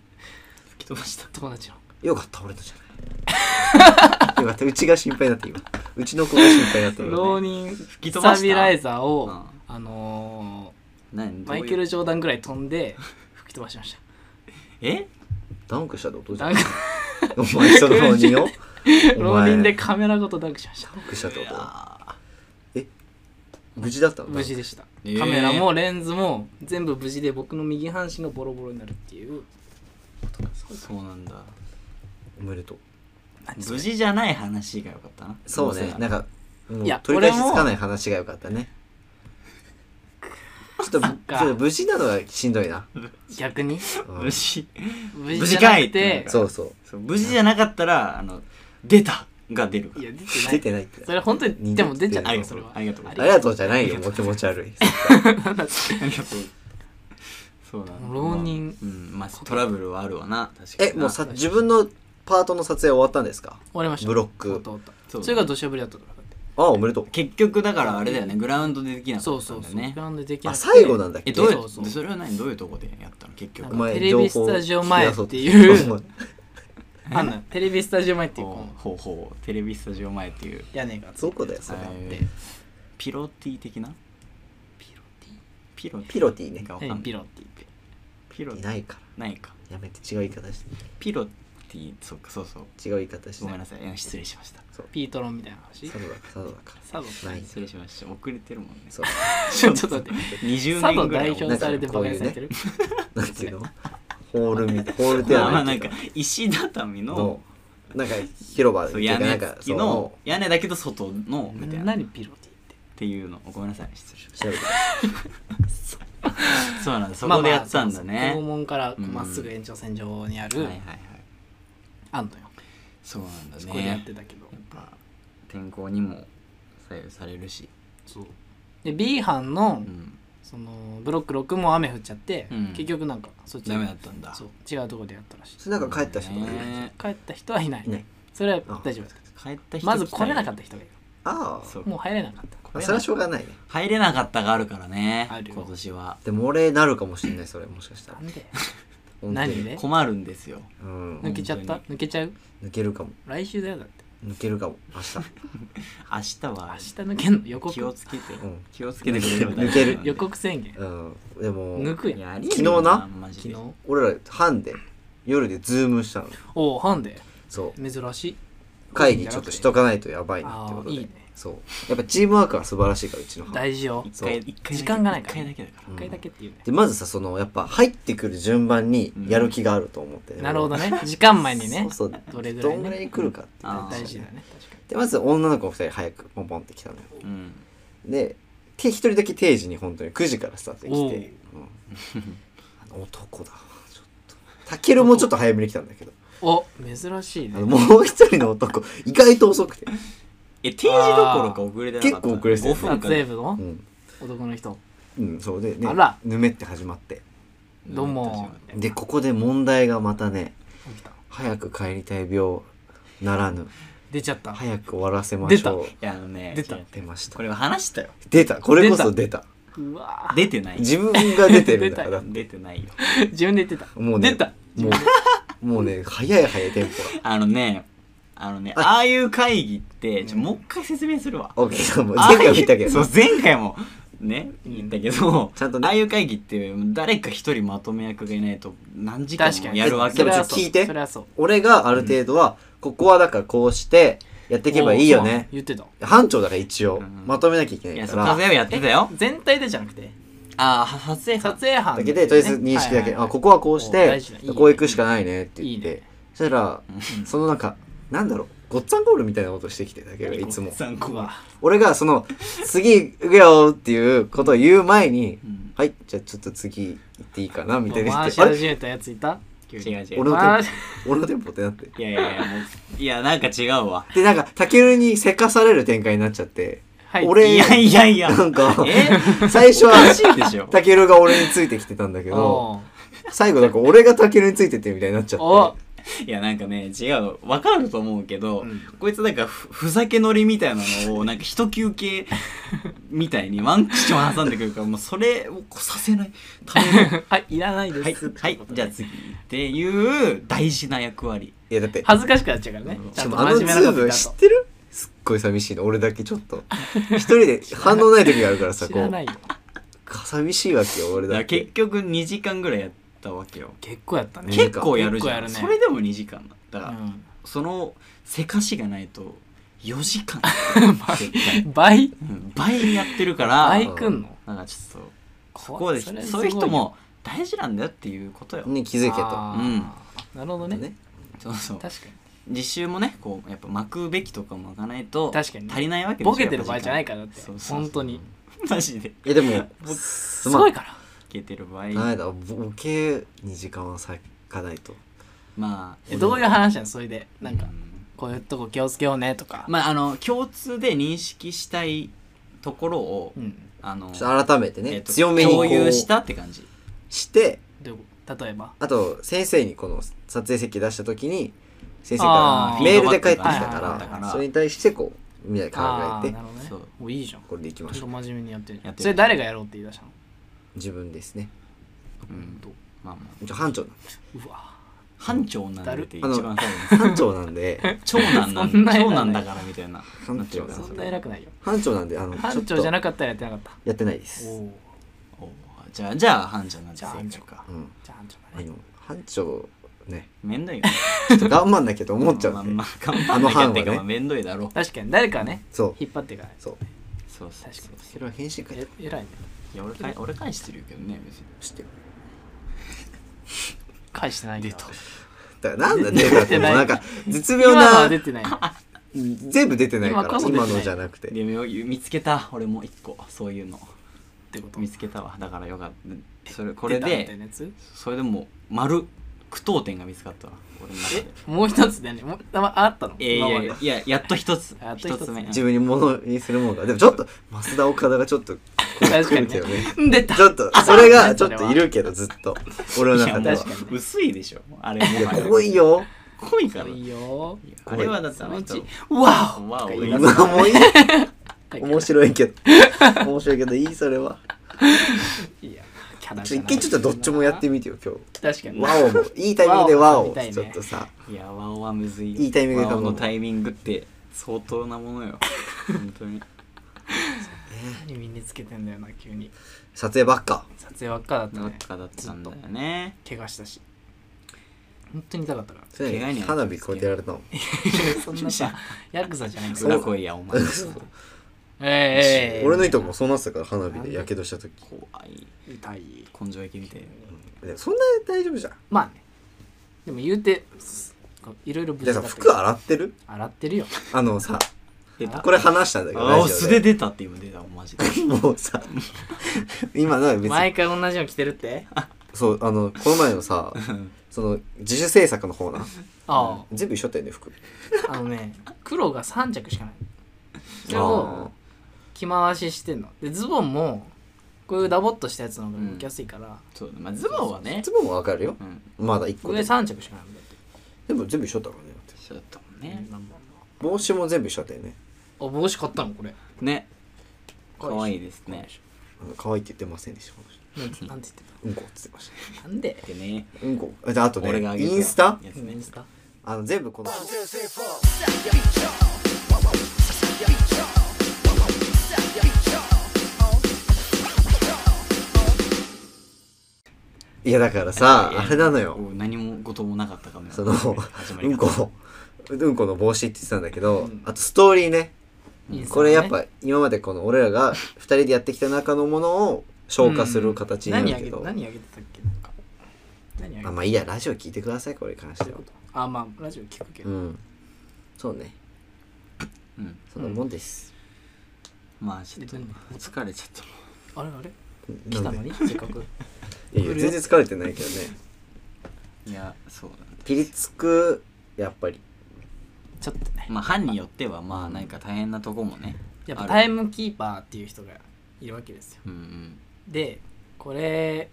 吹き飛ばした友達のよかった俺のじゃないよかったうちが心配になって今うちの子が心配になって今浪人き吹飛ばしたスタビライザーを、うんあの何ーマイケル・ジョーダンぐらい飛んで吹き飛ばしましたえダンクしたってことじゃダなンいクお前その浪人をお浪前人ダでンカメラごとダンクしましたクしたってことあ無事だったの無事でした、えーカメラもレンズも全部無事で僕の右半身がボロボロになるっていうそうなんだおめでとう無事じゃない話が良かったなそうねなんかもういや取り返し俺もつかない話がよかったねちょっとちょっかと無事なのはしんどいな、逆にうん無事無事無じ事ゃなかいくっててなそうそうそう無事じゃなかったらあの出たが出るかいらや出てない出てないってそれ本当にでも出ちゃっあたりよがそとれうはありがとうああありりがとうじゃないよもう気持ち悪いがとうそうだな浪人まあうんまあトラブルはあるわな確かにえもうさ自分のパートの撮影終わったんですか終わりましたブロック終わった終わったそそうれが土砂降りだったからだってああおめでとう結局だからあれだよねグラウンドでできなかそうったんそうだそようねグラウンドできなあくて最後なんだっけえどうやそうそうそれは何どういうとこでやったの結な局んおか前テレビスタジオ前って情報いうを引き出 そうあんのよテレビスタジオ前っていうこほうほうほうテレビスタジオ前っていうう屋根がどこだよそうああっあいうてピロティ的なピロピロティピロティねなんかわテかんなィいピロティピロいないかないからやめて違う言い方しピロティそっかそうそうて違う言い方してごめんなさいうん失礼しましたピートロンみたいな話佐渡だ佐渡だか佐渡らない失礼しました遅れてるもんねそう ちょっと待って20佐渡年ぐら代い表されてバカにされてるなんていうのホールみたいホールでまあはまなあいなけんかど石畳ののなんか広場そう屋な根んか付そきうの屋根だけど外のみたいなっ何ピロティってていうのごめんなさい失礼しまし 調べてたそうなんだそこでやったんだまあまあそうそうね校門からこううんまっすぐ延長線上にあはいるはいはいあんのよそうなんだねそこでやってたけどやっぱ天候にも左右されるしそうで B 班のうんそのブロック6も雨降っちゃってうん結局なんかそっちダメだったんだそう違うとこでやったらしいそれなんか帰った人がいるね帰った人はいないいないそれは大丈夫です帰った人まず来れなかったた人がいるあそうもう入れなかったあそれはしょうがないね入れなかったがあるからねあるよ今年はでも俺なるかもしれないそれもしかした らなんで本当に何で困るんですようん抜けちゃった本抜けちゃう抜けるかも来週だよだって抜けるかも明日明日明は日抜けんの予気を告つけてうん気をつけてくれれば抜ける予告宣言うんでも抜くやんや昨日な昨昨日俺ら班で夜でズームしたのおおハンデそう珍しい会議ちょっとしとかないとやばいなってことであーいいねそうやっぱチームワークは素晴らしいからうちの班大事よ一そ回う一回だけ時間がないから一回だけだからうん一回だけっていうねでまずさそのやっぱ入ってくる順番にやる気があると思って、なるほどね時間前にね そうそうどれぐらどいんぐらいねに来るかっていうあーね大事だね確かでまず女の子2人早くポンポンって来たのようんで1人だけ定時に本当に9時からスタートでお来うて、うんあの男だちょっとたけるもちょっと早めに来たんだけどにお珍しいあのねもう一人の男意外と遅くて、え定時どころか遅れてなかった結構遅れてたよ5ね分撮か影部のうん男の人うん、そうでねあらぬめって始まってどうもでここで問題がまたね起きた早く帰りたい病ならぬ出ちゃった早く終わらせましょういやあのね出た違う出ましたこれは話したよ出たこれこそ出たうわ出てない自分が出てるんだから出てないよー自分で言ってたもうね出たもうもうね早い早いテンポあのねあのねああいう会議ってちょもう一回説明するわが OK さんも前回見たけああいどうそう前回もね言ったけどちゃんとねああいう会議って誰か一人まとめ役がいないと何時間確かもにやるわけでもそれちょはっとそう聞いてそれはそう俺がある程度は、ここはだからこうしてやっていけばいいよおーそうなのね言ってた班長だから一応うんまとめなきゃいけいなやいそかうら風をやってたよ全体でじゃなくてああ撮影撮影班だけでとりあえず認識だけ、あここはこうしおー大て事だいいねこう行くしかないねって言っていいそしたらそのなんかなんだろうごっつぁんゴールみたいなことしてきてたけどいつも参考は。俺がその「次行くよ」っていうことを言う前に「うんはいじゃあちょっと次行っていいかな」みたいな言回ってしあれ始めたやついた急違うに違う。俺の回テしンポ俺のテンポってなっていやいやいや、もう、いや、なんか違うわ。でなんかたけるにせかされる展開になっちゃってはい俺いやいやいや。なんかえ最初おかしはいでしょ。たけるが俺についてきてたんだけどおう最後なんか俺がたけるについてってみたいになっちゃおっういや、なんかね、違う。わかると思うけど、うんこいつなんかふ、ふざけ乗りみたいな のを、なんか、一休憩 みたいにワンクッション挟んでくるから、もう、それをこさせないため の。はいいらないではいす、はい、じゃあ次っていう大事な役割。ていやだって 恥ずかしくなっちゃうからねしちかゃんともあの真ズ面目なこーとムだ知っとてるすっごい寂しいの俺だけちょっと一人で反応ない時があるからさ知こらうないよ寂しいわけよ俺だかだらけ結局2時間ぐらいやったわけよ。結構やったね結結構やるじゃん。結構やそるれねでも2時間だ。だから、うそのせかしがないと4時 間絶対ん倍うん倍やってるから倍くんのなんかちょっとこここでそういう人も大事なんだよっていうことよ、に気づけとあーなるほどねねそうそう確かに実習もねこうやっぱ巻くべきとか巻かないと確かにね足りないわけでしょボケてる場合じゃないかからだってそうそうそう 本当にマジでえでもすすごまいんからボケてる場合ダメだボケに時間は割かないとまあえどういう話なのそれでなんうかこういうとこ気をつけようねとかまああの共通で認識したいところを、うんあのちょっと改めてね、えっと強めにこ共有うししたって感じてどういうこと例えばあと先生にこの撮影席出した時に先生かあーらメールで返ってきたフィードバッかクら、はがいはいはいそれに対してこうみんなで考ああえーてなるほどねそうもういいじゃんこれでいきまちょしっょとう真面目にやってるじゃやっんてるそれ誰がやろうって言い出したの自分ですねうんまあまあ一応班長なんでうわ班長なんでって一番最後に班長なん で長男なんそんな偉い長男だからみたいな班長なっちゃうからそそそんれな偉くないよ班長なんであの班ち長ょっじとゃなかったらやってなかったやってないでおすおおうじゃあじゃあ班長なんでじゃあ正班長解かうんじゃあ班長あだねの班長ねめんどいよねちょっと頑張んなきゃと思っちゃ まうあんでまあ頑張んなきゃっあていうの班はかねまあめんどいだろ確かに誰かねそう引っ張っていかないそうそうそう確そかうにそれは返信会え偉いねいや俺返俺返してるけどね別にしてよ返してないけどだからなんだ出たってもうなんか絶妙今のはな出てない全部出てないか今こらそ出てな今いのじゃなくてでも見つけた俺も一個そういうのってこと見つけたわだからよかったそれここれたでいなやつそれでもう丸句読点が見つかったわ俺の中でもう一つだねもうあまああったのえーい今やまいでやいややっと一つやっと一一つつ目自分に物にするもんがでもちょっと増田岡田がちょっと確かにてよねね出たちょっとそれがちょっといるけどずっと俺のい中でやもはう薄いでしょあれもいやはや濃いよ濃いからいいよいやあれはだってあの人わおわおう言いん出すもういいはい面白いけど面白いけどいいそれはいやキャラちょ一回ちょっとどっちもやってみてよ今確かに日和をもいいタイミングで和和ををみたいねちょっとさいやワオはむずいよいいタイミングでワオ頼むのタイミングって相当なものよ本当に何身につけてんだよな急に撮影ばっか撮影ばっかだったなんねかだったんだよね怪我したし本当に痛かったからそれなのに花火こうやってやられたのそんなさヤクザじゃないんだ裏来いやお前ええ俺のいとこもそうなってたから花火でやけどした時怖い痛い根性焼きみたいなでもそんな大丈夫じゃんまあねでも言うてすいろいろ無じゃ事あださったけ服ど洗ってる洗ってるよあのさ出たこれ話したんだけどあラおジオ素で出たって今出たマジでもうさ今のは別に毎回同じの着てるってあそうあのこの前のさんその自主制作の方なあ全部一緒だったよね服あのね黒が3着しかないそれあを着回ししてんのでズボンもこういうダボっとしたやつの方が動きやすいから、そうまあズボンはあねズボンはわかるようんまだ一個上で3着しかないんだってでも全部一緒だったからねだってそうだったもんねなんぼ帽子も全部一緒だったよねあ帽子買ったのこれね可愛い可愛いですねあの可愛いって言ってませんでしたこの人なんてなんて言っうんこって言ってましてたなんででねたうんこあであと俺がね上げたインスタやつイねンスタあの全部このいやだからさあれなのよお何もこともなかったかもその始まうりん方こうんこの帽子って言ってたんだけど、うんあとストーリーねインスタねこれやっぱ今までこの俺らが2人でやってきた中のものを消化する形にな何るあけげど、て何あげてたっけなんか何あげてあたまあいいやラジオ聞いてくださいこれに関してはあまあラジオ聞くけうど、んそうねうんそのもんです、まあちょっとえ何疲れちゃったあれあれうん、来たのにせっかくいやいや全然疲れてないけどねいやそうなんだピリつくやっぱりちょっとねまあ班によってはまあなんか大変なとこもねやっぱあるタイムキーパーっていう人がいるわけですようんうんでこれ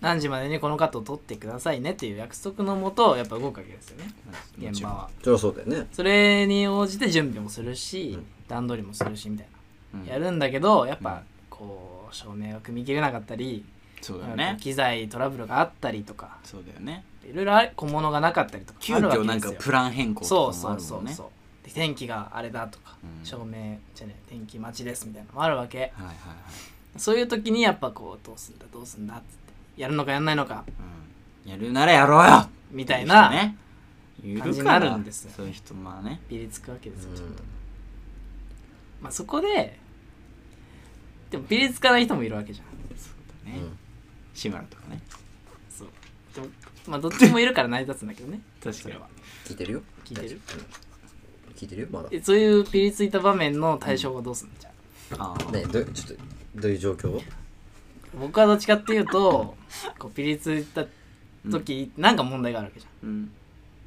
何時までにこのカットを取ってくださいねっていう約束のもとやっぱ動くわけですよねまあも現ちろ場んはそりゃそうだよねそれに応じて準備もするし、うん段取りもするしみたいうんなやるんだけどやっうんぱこう照明が組み切れなかったり、そうだよなんねか機材トラブルがあったりとかそうだよねいろいろあれ小物がなかったりとか急あるわけ遽ですよなんかプラン変更そとうかそもあうるそもんうねそうで天気があれだとか、うん照明じゃね天気待ちですみたいなのもあるわけはいはいはいそういう時にやっぱこうどうすんだどうすんだっつってやるのかやんないのかうんやるならやろうよみたいな、い感じになるんですよそういう人まあねピリつくわけですよ、ちょっとうんまあ、そこででもピリつかない人もいるわけじゃんそうだね志村とかねそうでもまあどっちもいるから成り立つんだけ どね確かにそれは聞いてるよ聞いてる聞いてるよまだえそういうピリついた場面の対処法どうすんのじゃあああねどちょっとどういう状況僕はどっちかってい うとこうピリついた時、なんか問題があるわけじゃんうん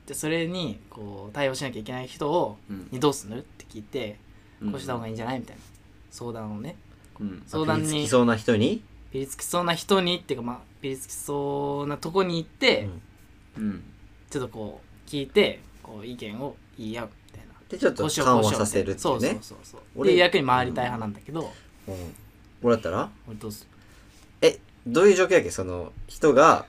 でそれにこう対応しなきゃいけない人をうんにどうするって聞いてうんこうした方がいいんじゃないみたいな相談をねうん相談あピリつにきそうな人にピリつきそうな人にっていうかまあピリつきそうなとこに行って、うんうんちょっとこう聞いてこう意見を言い合うみたいなでちょっとこうしよう緩こう和しよさうせるっみてたいいうなそうねそうそうそうっ俺ていう役に回りたい派なんだけど、うん俺だったら俺どうするえどういう状況やっけその人が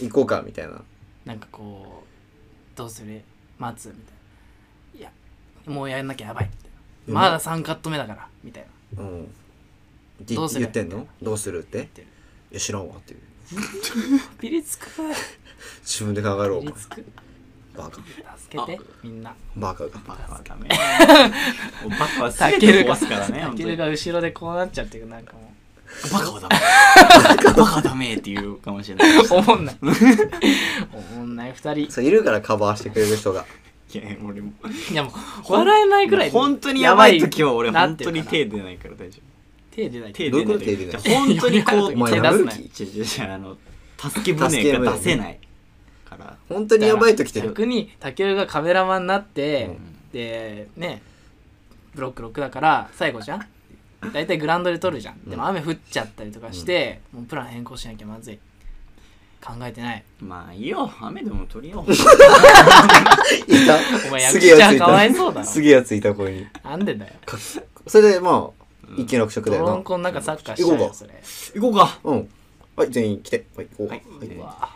行こうかみたいななんかこうどうする待つみたいないやもうやんなきゃやばいみたいうんなまだ3カット目だからみたいなうんってどうする言ってんのどうするっててるいや知らんわっていうピリつく自分で考えろおピリ前つくバカ助けてみんなバカがバカはダメもうバカはタ全ケルてが壊すからねタ本当ケルにが後ろでこうなっちゃってるなんかもバカはダメバカはダメって言うかもしれないいうおもんないおもんない2人そういるからカバーしてくれる人がや俺もいやもう笑えないくらい本当にやばい時は俺本当に手出ないから大丈夫手出ない手どう出いうなことい手出ないじゃあ本当にこ手うお前出すな殴るい違う違う違うあの助け舟が出せないから本当にやばい時って逆にタケルがカメラマンになって、うんでねブロック6だから最後じゃん大体グラウンドで撮るじゃん、でも雨降っちゃったりとかして、もうプラン変更しなきゃまずい考えてないまあいいよ雨でも取りよういたお前すげえやつ役い者かわいそうだたなすげえやついた声になんでだよそれでまあ一気六色だドよロなンコの中サッカーしちゃ行こううよかそれ 行こうかうんはい全員来てはいこうはいはいわあ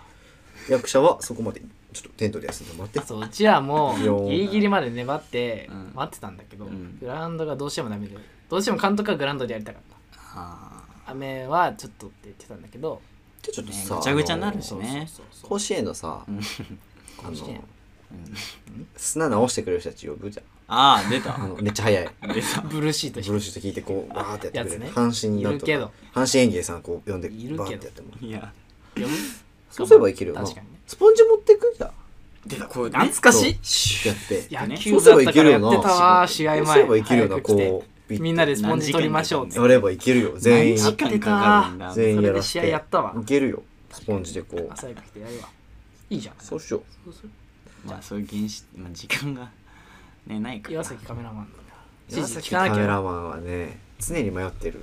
役者はそこまでちょっとテントで休んでもらってそううちらもいやギリギリまで粘ってうん待ってたんだけど、うんグラウンドがどうしてもダメでどうしても監督はグラウンドでやりたかっあた雨はちょっとって言ってたんだけどでちょっとさねぐちゃぐちゃになあるのしねそうそうそう甲子園のさんあ甲子園の砂直してくれる人たち呼ぶじゃんああ出あたのめっちゃ 早い出たブルーシートブルーシート聞いてこうバーってやってくれる、やつね阪神なんといるか阪神園芸さんこう呼んでいるけどバーってやってもらう いやそうすればいけるよな確かにねスポンジ持ってくじゃん出たこれ懐かしいシュッてやって野ね球だったからやってたわそうす試れば合前いけるよな早く来てこうみんなでスポンジ取りましょうっ何時て間やればいけるよ全員何時間かかるんだやってた全員やらそせれで試合てやったわいけるよスポンジでこう朝早く来てやるわいいじゃんそうしよそうするまあそういう原始、まあ、時間がねないから岩崎カメラマンう指岩示崎聞かカなきメゃラマンはね常に迷ってる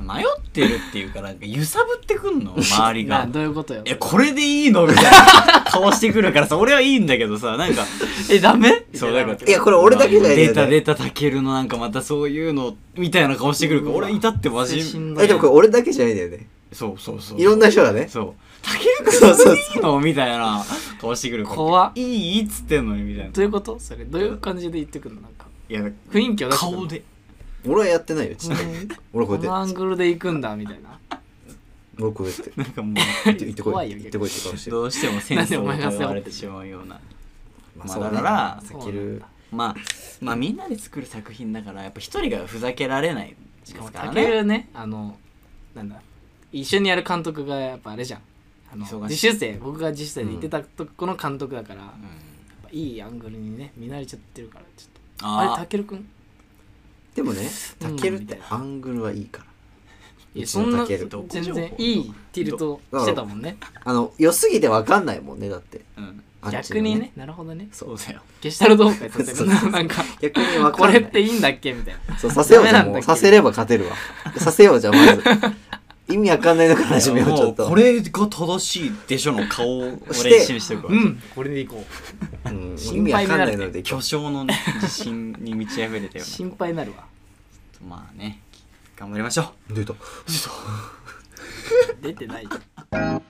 迷ってるっていうかなんか揺さぶってくん の周りながあどういうことよえこれでいいのみたい な顔してくるからさ俺はいいんだけどさなんかえダメそうなんかいやこれ俺だけじゃないんだよ出ねた出たたけるのなんかまたそういうのみたいな顔してくるから俺いたってマジ精神えでもこれ俺だけじゃないんだよねそうそうそういろんな人がねそうたけるくんそそうそうそうれでいいのみたいな顔してくるから怖っいいっつってんのにみたいないどういうことそれどういう感じで言ってくるのなんかや雰囲気を出してくる顔で俺はやってないよちっちゃい俺こうこのやアっンてグルで行くんだみたいな俺こうやってなんかも行 って行ってこ怖いいよ行ってこいって顔してうるどうしてもセンスをなんでお前が背負って問われてしまうようなままあそうねだからさっきいるまあまあみんなで作る作品だからやっぱ一人がふざけられないですしかもからたけねるねあのなんだ一緒にやる監督がやっぱあれじゃんあの忙しい自主生僕が自主生で行ってたとこの監督だから、やっぱぱいいアングルにね見慣れちゃってるからちょっとあれあたけるくんでもねうタんケルってアングルはいいからいやうちそのんなタケル全然いいティルトしてたもんねあの良すぎてわかんないもんねだってあうんあっちの逆にねなるほどねそうだよ消したらどうかってそうなんか逆にわこかんなれいっていいんだっけみたいなそうさせようじゃダんメなんもだうっけどさせれば勝てるわさせようじゃんまず意味わかんないのから始めようちょっともこれが正しいでしょの顔をして俺示してるから、うんこれでいこうん意心味わ配にかんななるいねので巨匠の自信に満ち溢れたうよう心配になるわなまあね頑張りましょう出た出てないじゃん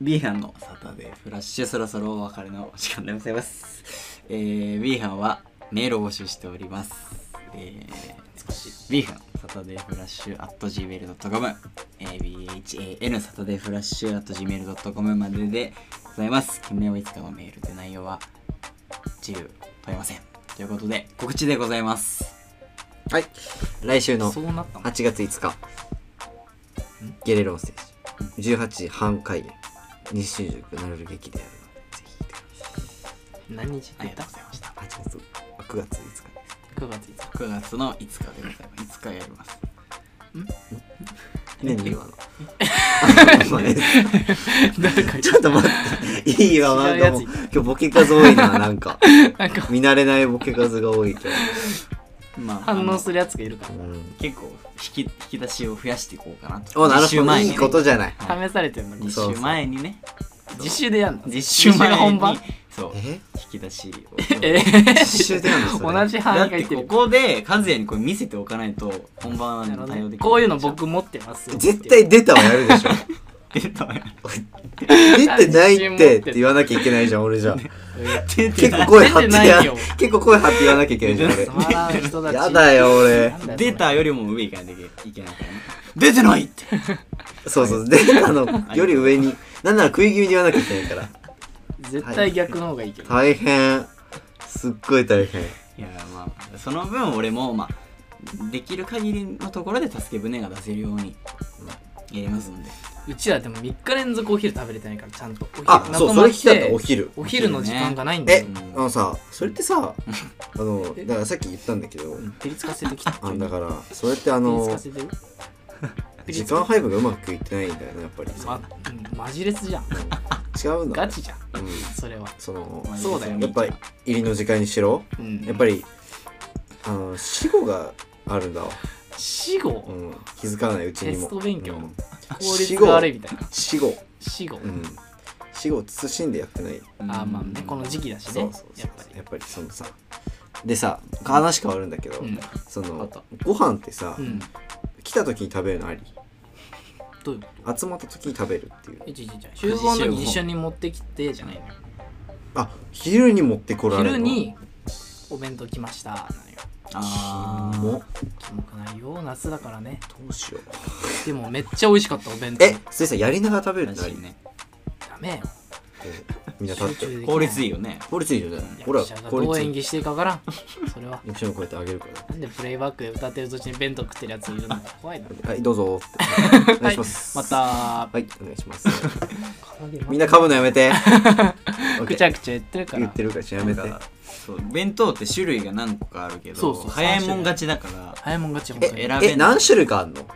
ビーハンのサタデーフラッシュそろそろお別れのお時間でございます。えー、ビーハンはメールを募集しております。えー、少しビーハンサタデーフラッシュ at gmail.com、えー、BHAN サタデーフラッシュ at gmail.com まででございます。件名はいつかのメールで内容は自由問いません。ということで告知でございます。はい来週のそうなったの8月5日ゲレロンステージ18時半開演西新宿なるる劇でやるのでぜひ来てく何日ってあ言りっがとたうございました。ださい8月あ9月5日で9月5日9月の5日でございます。5日やります。すねね 今のごめん誰かちょっと待っていいわなんかもう違うやつ今日ボケ数多いななんか なんか見慣れないボケ数が多い今日 まあ、反あ応のするやつがいるからうん結構引き引き出しを増やしていこうかなとおなる実習ほど前にいねいことじゃない試されてるのにそう実習前にね実習でやんの実習前がに本番そうえ引き出しをえ実習でやるのそれ 同じだっ範囲がていってこるこで和也にこれ見せておかないと本番なにるほど対応できないこういうの僕持ってますよ絶対出たはやるでしょ出たわよ出てないってって言わなきゃいけないじゃん俺じゃ出結て構ない声張って出てやないよ結構声張って言わなきゃいけないじゃん出俺て つまらん人たちやだよ俺なんだよ出たよりも上行かないといけないからね出てない ってそうそう出たのより上になんなら食い気味で言わなきゃいけないから絶対逆の方がいいけど大変すっごい大変いやまあその分俺もまあできる限りのところで助け舟が出せるようにやりますんでうちらでも3日連続お昼食べれてないからちゃんとお昼あそうそれ聞きたかったお昼お昼の時間がないんだえよあのさそれってさあのだからさっき言ったんだけど照りつかせてきたあのだからそれってあ照りつのかせてる時間配分がうまくいってないんだよねやっぱりさま、うんマジレスじゃん違うのガチじゃんうんそれはそのそうだよやっぱり入りの時間にしろうんやっぱりあの死後があるんだわ、死後うん、気づかないうちにもテスト勉強うん効率が悪いみたいな死後、死後うん、死後を慎んでやってないあーまあねこの時期だしねそうそうそうやっぱやっぱりそのさでさ話変わるんだけど、りうんそわのかっご飯ってさ、うん来た時に食べるのありどういうこ集まった時に食べるっていうとえちょちょちょ集合の時に一緒に持ってきてじゃないのよあ昼に持ってこられる昼のにお弁当来ましたなのよあーもキモくないよ夏だからねどうしようでもめっちゃ美味しかったお弁当えそれさやりながら食べるらってあしりいねダメよみんな立って効率いいよよね効率いいよね俺俺ははど効う率い演い技していいかわからんそれは役者の声ってあげるからなんでプレイバックで歌ってる途中に弁当食ってるやついるのか怖いなはい、どうぞーって。お願いします。ま。たはい、お願いします。みんな噛むのやめて。くちゃくちゃ言ってるか言らってるからしやめて。そう弁当って種類が何個かあるけどそうそう早いもん勝ちだから早いもん勝ち本当えに選べなえ、い何種類かあんの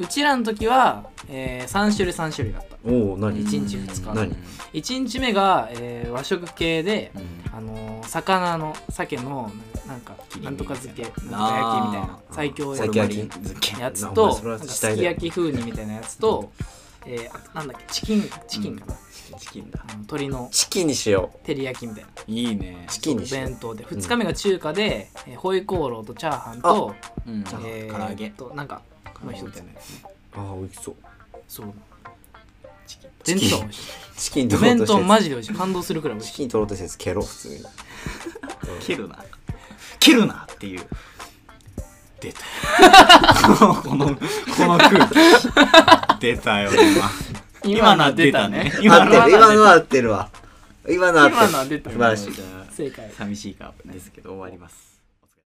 うちらの時は、えー、3種類3種類だったおお、何一日二日何1日目が、えー和食系で、うんあのー魚の鮭のなんか切り身なんとか漬けなんとみたいなか焼きみたいなあー最強最強焼きやつなお前とそれなはんか死す体きだよ焼き風味みたいなやつと、えー、あとなんだっけチキンチキンかな、チキンだあの鶏のチキンにしよ照り焼きみたいないいねう。チキンおにしよう弁。当で2日目が中華で、えーホイコーローとチャーハンとうんじゃあえ唐揚げーっとなんかもう一つああ、美味しそう。そうチキン全然美味しいチキンお取ろうと弁して当るマジで美味しい感動するくらい美味チしいキン取ろうとしてるやつ蹴ろう、普通に。蹴るな蹴るなっていう出たこのこの空気出たよ今今のは出たね今合のってはる、今のは合ってるわ。今のあった今のは出た素晴らしいじゃあ正解寂しいかですけど終わります